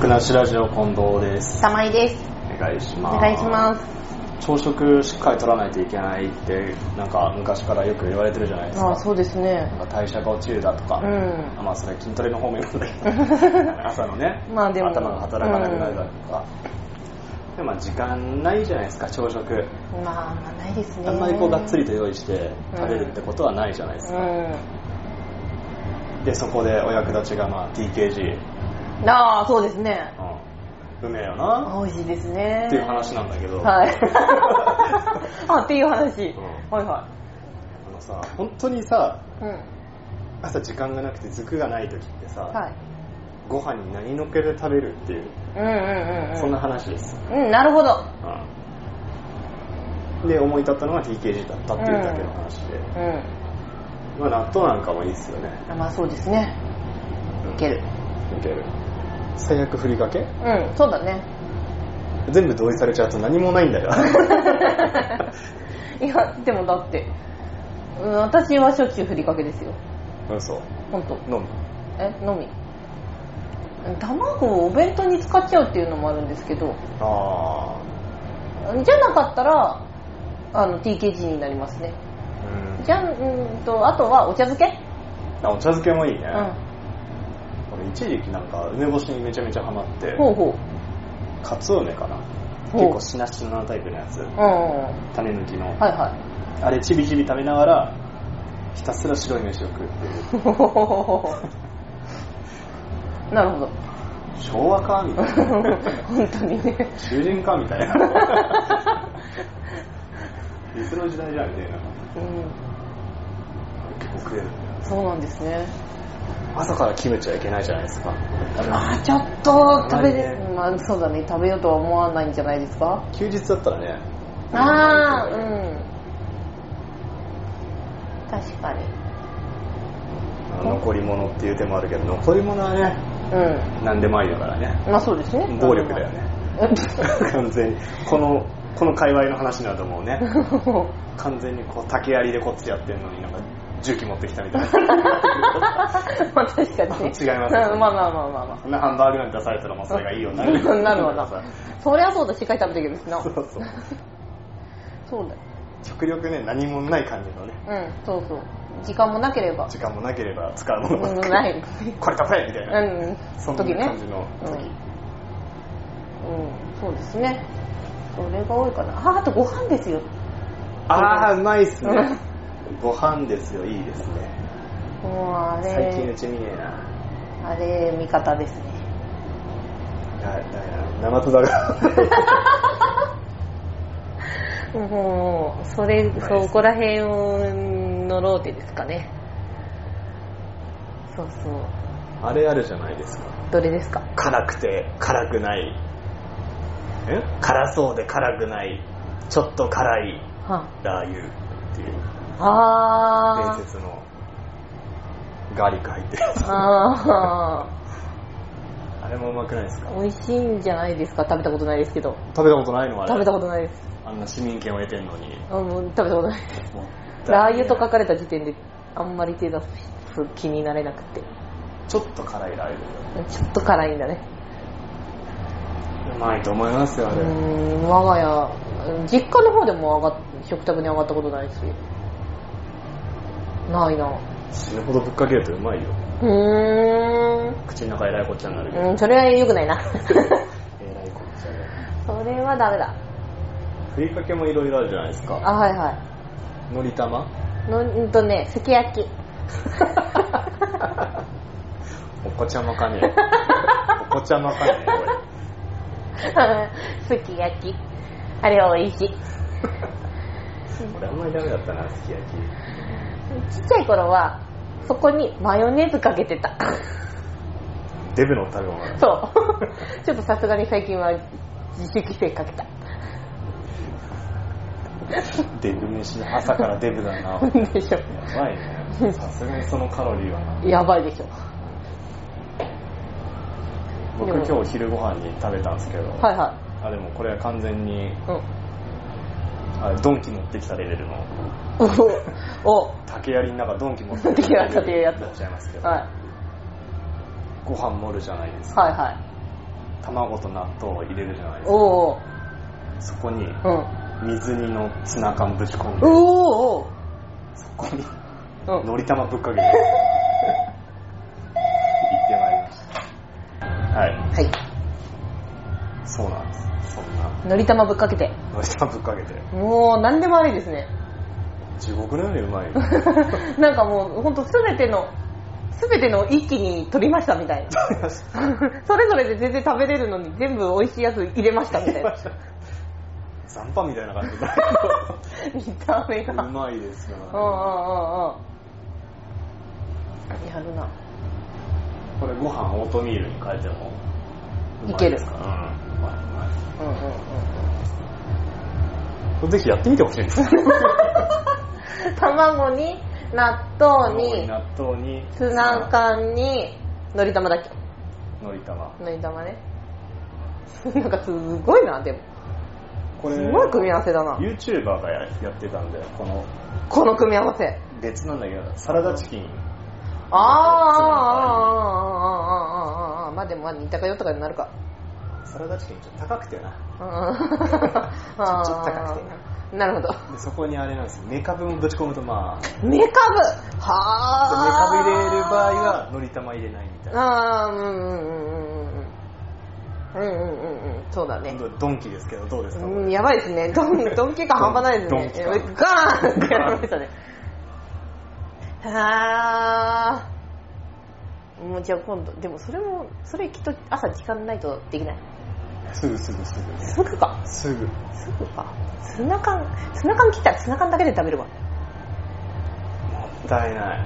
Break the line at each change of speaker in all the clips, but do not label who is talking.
くなしラジオ近藤です。
たまいです。
お願いし
お
ます。
願いします。
す。朝食しっかり取らないといけないって、なんか昔からよく言われてるじゃないです
あ
か。
あ、そうですね。
なんか代謝が落ちるだとか、
うん
まあそれ筋トレの方面なんだけど、朝のね、
まあでも
頭が働かなくなるだとか。でまあ時間ないじゃないですか、朝食。
まあ、まあないですね。
あんまりこうがっつりと用意して食べるってことはないじゃないです
う
か。
ん。
で、そこでお役立ちがまあ TKG。
ああ、そうですね。
うん。うめえよな。
美味しいですね。
っていう話なんだけど。
はい。 あ、っていう話。
うん
はいは
あのさ本当にさ
い。うん。
朝時間がなくて軸がない時ってさ、
はい。
ご飯に何のっけで食べるっていう、
うんうんうんうん。
そんな。話です、
うん、なるほど。
うんで思い立ったのが TKG だったっていうだけの話で、
うん。
まあ、納豆なんかもいいですよね
まあそうですね。いける。
いける最悪ふりかけ
うん、そうだね。
全部同意されちゃうと何もないんだよ
いや、でもだって、うん、私はしょっちゅうふりかけですよ。
嘘
ほんと。
飲む
えのみ卵をお弁当に使っちゃうっていうのもあるんですけど
あ
じゃなかったらあの TKG になりますね
あうん
じゃんうーんとあとはお茶漬け、
あお茶漬けもいいうね、
ん、
俺一時期なんか梅干しにめちゃめちゃハマって
ほうほ
かつお梅かな
ほう
結構しなしなタイプのやつ
ううんうんうん
種抜きの、
はい は
あれちびちび食べながらひたすら白い飯を食うっていう
いなるほど
昭和かみたいな
本当にね
囚人かみたいないつの時代じゃんみたいな
うん
結構食える
そうなんですね
朝からキムチはいけないじゃないですか
まあちょっと食べれ、
あんまり
まあそうだね食べようとは思わないんじゃないですか
休日だったらね
ああ
う
うんん確かに
残り物っていう手もあるけど残り物はね
う
何でもありだから ね
んまあそうですね
暴力だよね
うん
完全にこのこの界隈の話なんだもうね完全にこう竹槍でこっちやってんのになんか銃器持ってきたみたいな
まあ確かにね
違いますよね
うんまあまあまあまあま
こんなハンバーグなんて出されたらもうそれがいいよな
あ なる わなそりゃそうだしっかり食べてるけどな
そうそう
そうだよ
極力ね何もない感じのね
うんそうそう時間もなければ
時間もなければ使うものばっ
うん
かり
ない
これ食べみたいな、
うん
そんな
時ね
感じの時、
うんうんそうですねそれが多いかなああとご飯ですよ
ああうまいっす
う
ねご飯ですよいいですね
もうあれ
最近うち見ねえな
あれ味方ですね
だだ生津だ が
もうそれ
ナイス
そこら辺のローテですかねそうそう
あれあるじゃないですか
どれですか
辛くて辛くないえ辛そうで辛くないちょっと辛い
は
ラー油っていう
あ
伝説のガーリック入ってるや
あ
つ
ーあ
あれもうまくないですか
ー美味しいんじゃないですか食べたことないですけど
食べたことないのあれ
食べたことないです
あんな市民権を得てんのに
あもう食べたことないですラー油と書かれた時点であんまり手出す気になれなくて
ちょっと辛いラー
ちょっと辛いんだね
油うまいと思いますよ
う
あ
ー
れ
ん我が家うん実家の方でも上がっ食卓に上がったことないしないな
死ぬほどぶっかけるとうまいよ
うーん
口の中えらいこっちゃになるけど
うん、それは良くない な。
えらいこっちゃで
それはダメだ。
ふりかけもいろいろあるじゃないですか
あ、はいは
のり玉
い。の、うんとね、すき 焼き。
おこちゃまかねおこちゃまかねこれ
すき焼き。あれは美味 しい。ち
俺あんまりダメだったなすき焼き
っちゃい頃は、そこにマヨネーズかけてた。
デブの食べ物だ
そう。 ちょっとさすがに最近は自主規制かけた。
デブ飯だ朝からデブだな
でし
やばいねさすがにそのカロリーはな
ょ。やばいでしょ。
僕
でも
今日昼ご飯に食べたんですけど、
はいは
あでもこれは完全に
い。うん。
あドンキ持ってきたレベルの
おお。
竹槍の中ドンキ持って
竹槍 だっていうやつ
になっちゃいますけど、
はい。
ご飯盛るじゃないですか
はいは
卵と納豆を入れるじゃないですか
おー
そこに
おー
水煮のツナ缶ぶち込ん
う
で
んおーおー
そこに
おーうん
のり玉ぶっかけて行ってまいりましたはい
はい
そうなんですそんな
のり玉ぶっかけて
のり玉ぶっかけて
もう何でもありですね
地獄のようにうまい
なんかもうほんと全ての全ての一気に取りましたみたいなそれぞれで全然食べれるのに全部美味しいやつ入れましたみたいな
残飯みたいな感じだ
見た目
けど
が
うまいです
うんうん
か
うんうんやるな
らこれご飯オートミールに変えてもうまですからうんうまいうまい
うんうんうん
ぜひやってみてほしいんです
うん卵に納豆に
納豆に
ツナ缶にのり玉だっけ
のり玉
のり玉ねなんかすごいなでも
これ
すごい組み合わせだな
YouTuber がややってたんでこの
この組み合わせ
別なんだけどサラダチキン
あーあーあーあーあーあーあーあーまあでもまあ似たかよとかになるか
サラダチキンちょっと高くてな
うん あー
ちょっと高く
なるほど
でそこにあれなんですよメカブもぶち込むとまあメ
メカブ
カ
はあ
ブ入れる場合はのり玉入れないみたいな
ああうんうんうんうんうんうんうんうんうんそうだね
今度はドンキですけどどうですか、
うんやばいですねドンドンキ感半端ないですね
ドンキ
ガーンってやられましたねああもうじゃあ今度でもそれもそれきっと朝時間ないとできない
すぐすぐすぐ
すぐか
すぐ
すぐかツナ缶ツナ缶切ったらツナ缶だけで食べるわ
もったいない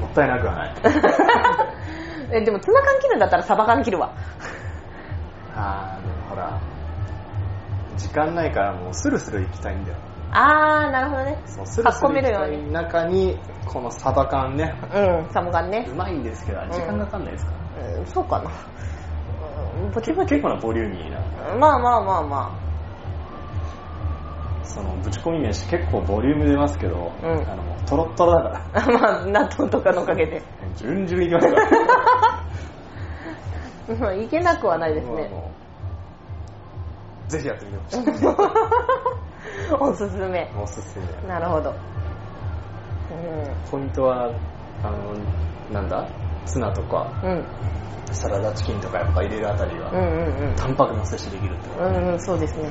もったいなくはない
えでもツナ缶切るんだったらサバ缶切るわ
あーでもほら時間ないからもうスルスル行きたいんだよ
あーなるほどね
そうスルスル行きた
あこめるよう
い中にこのサバ缶ね
うんサバ缶ね
うまいんですけどあれ時間かかんないですか、
うんそうかなうんぼちぼち
結構なボリューミーな
まあまあまあま
そのぶち込み飯結構ボリューム出ますけど、
うん
あのもうトロットロだ か
あ まあ納豆とかのおかげで
ら順々いきますから
うんいけなくはないです
もう
ね
もうぜひやってみてほし
おすすめ
いおすすめ
なるほど
ポイントはあのなんだツナとか
うんうん
サラダチキンとかやっぱ入れるあたりは、
うんうん
タンパクの摂取できるってこ
うんうんうんそうですね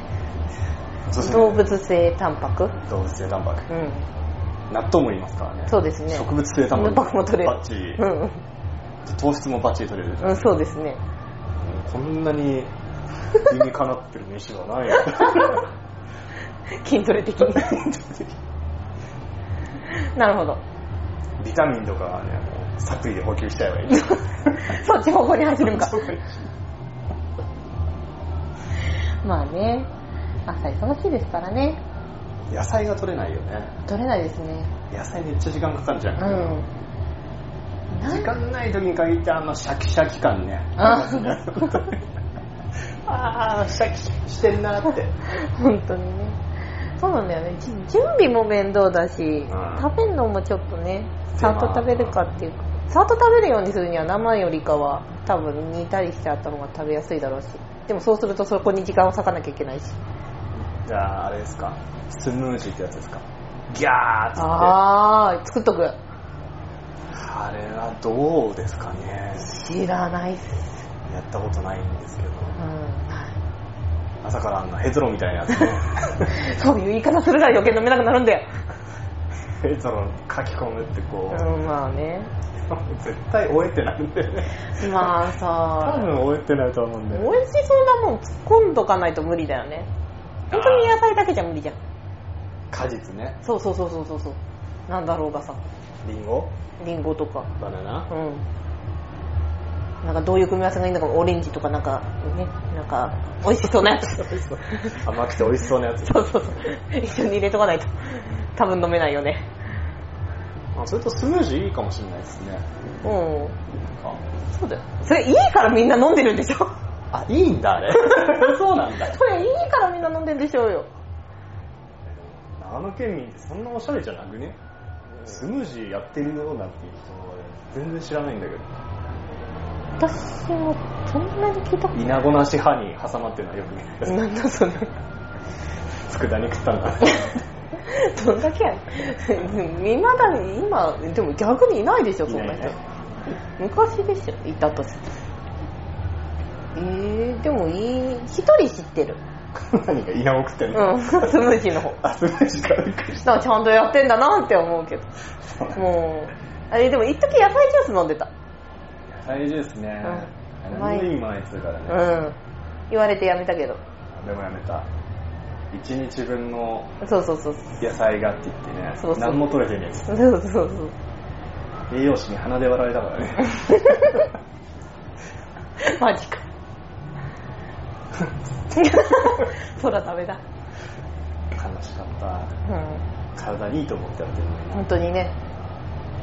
とおすすめ
動物性タンパク
動物性タンパク
うん
納豆もいりますからね
そうですね
植物性タンパク
タンパクも取れる
バッチリ
うんうん
糖質もバッチリ取れるじゃ
うんん、そうですね。
こんなに理にかなってる飯は ないよ
筋トレ的に。 なる ほど。
ビタミンとかはねもうサプリで補給しちゃえばいい
そっち方向に 走るんか。まあね、朝忙しいですからね。
野菜が取れないよね
取れないですね。
野菜めっちゃ時間かかるじゃ、
うんん。な
時間ない時に限ってあのシャキシャキ感ね
あ
あーシャキシャキしてんなって
本当にね。そうなんだよね。じ準備も面倒だし、食べるのもちょっとね、さっと食べるかっていうか。さっと食べるようにするには生よりかは多分煮たりしてあった方が食べやすいだろうし。でもそうするとそこに時間を割かなきゃいけないし。
じゃああれですかスムージーってやつですかギャーっつってあ
ああ、作っとく。
れはどうですかね
知らないっす。
やったことないんですけど
うん。
朝からあんなヘゾロみたいなやつね
そういう言い方するから余計飲めなくなるんだよ。
ヘゾロ書き込むってこう、
うん、まあね。
絶対終えてないんだよね
まあ
多
さ、
分終えてないと思うん
美
だよね
味しそうなもん突っ込んどかないと無理だよね。本当に野菜だけじゃ無理じゃん。
果実ね
そうそうそうそうそうそう。なんだろうがさ、
リンゴ
リンゴとか。
バナナ
うん。なんかどういう組み合わせがいいんだか、オレンジとかなんか、ね、なんか、美味しそうなやつ。そう
甘くて美味しそうなやつ
そうそう。一緒に入れとかないと、多分飲めないよね。
あそれとスムージーいいかもしれないですね
うん。
なんか
そうだよ。それいいからみんな飲んでるんでしょ
あいいんだあれ そうなんだ
それいいからみんな飲んでるんでしょうよ。
長野県民ってそんなおしゃれじゃなくねスムージーやってるよなんていう人は全然知らないんだけど
私もそんなに聞いたこと
稲子なし歯に挟まってるのはよく見
な
る
いなんだその
佃煮食ったのかな
どんだけやねん未だに今でも逆にいないでしょそんない人
ないいない
昔でしょいたとしてえー、でもいい一人知ってる
何か稲子食って
うんん
の、
スムージーの方
あすごい時間びっくりし
だからちゃんとやってんだなって思うけど
た
もうあれでも一時野菜ジュース飲んでた
野菜ジュースね、
うん
あれもいい前っつうからね、
うん言われてやめたけど
でもやめた1日分の
そうそうそう
野菜がって言ってね
そうそう
何も取れてねえっつっ
そうそうそうそう
て栄養士に鼻で笑われたからね
マジ か空ダメだ
悲しかっ
うん
た体にいいと思ってやってるのに
本当にね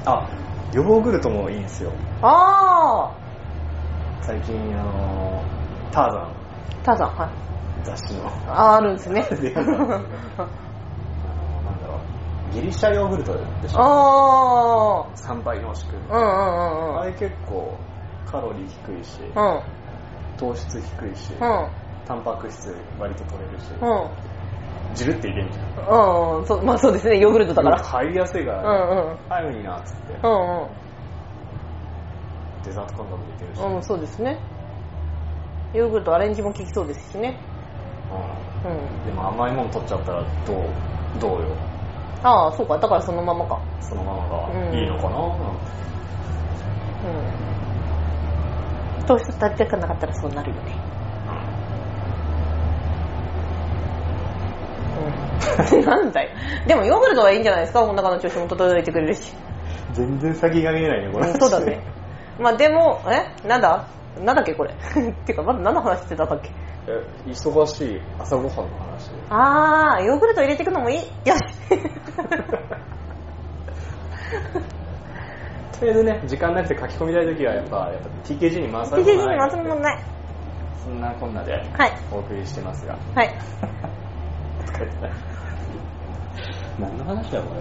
あヨーグルトもいいんですよ
あ
最近あのターザ
あターザンはい
ン雑誌のあ
あーあるんですね
のなんだろうギリシャヨーグルトでしょ
ああ
3倍濃縮、
うんうんうん
あ
うん
れ結構カロリー低いし、
うん
糖質低いし、
うん
タンパク質割と取れるし、
うん
ジュルっていけんじゃん
うんうんそうまあそうですねヨーグルトだから
入りやすいから
う
ね、
んうん
ああいうのいいなっつって、
うん
デザート感覚もできるし、
うんうんそうですねヨーグルトアレンジも効きそうですしね
う
うん
んでも甘いもの取っちゃったらどうどうよ
ああそうかだからそのままか
そのまま
うん
がいいのかな、
うん糖質足りてかなかったらそうなるよねうん なんだよでもヨーグルトはいいんじゃないですかお腹の調子も整えてくれるし
全然先が見えないねこれ、
うんそうだねまあでもえなんだなんだっけこれ っていうかまだ何の話してたんだっ け
え忙しい朝ごはんの話
あーヨーグルト入れていくのもいいよし
とりあえずね時間なくて書き込みたい時はやっぱやっぱ TKG に回さ
TKG
れる
にまとめもない
そんなこんなで
はい
お送りしてますが
はい
疲 れた何の話だよこれ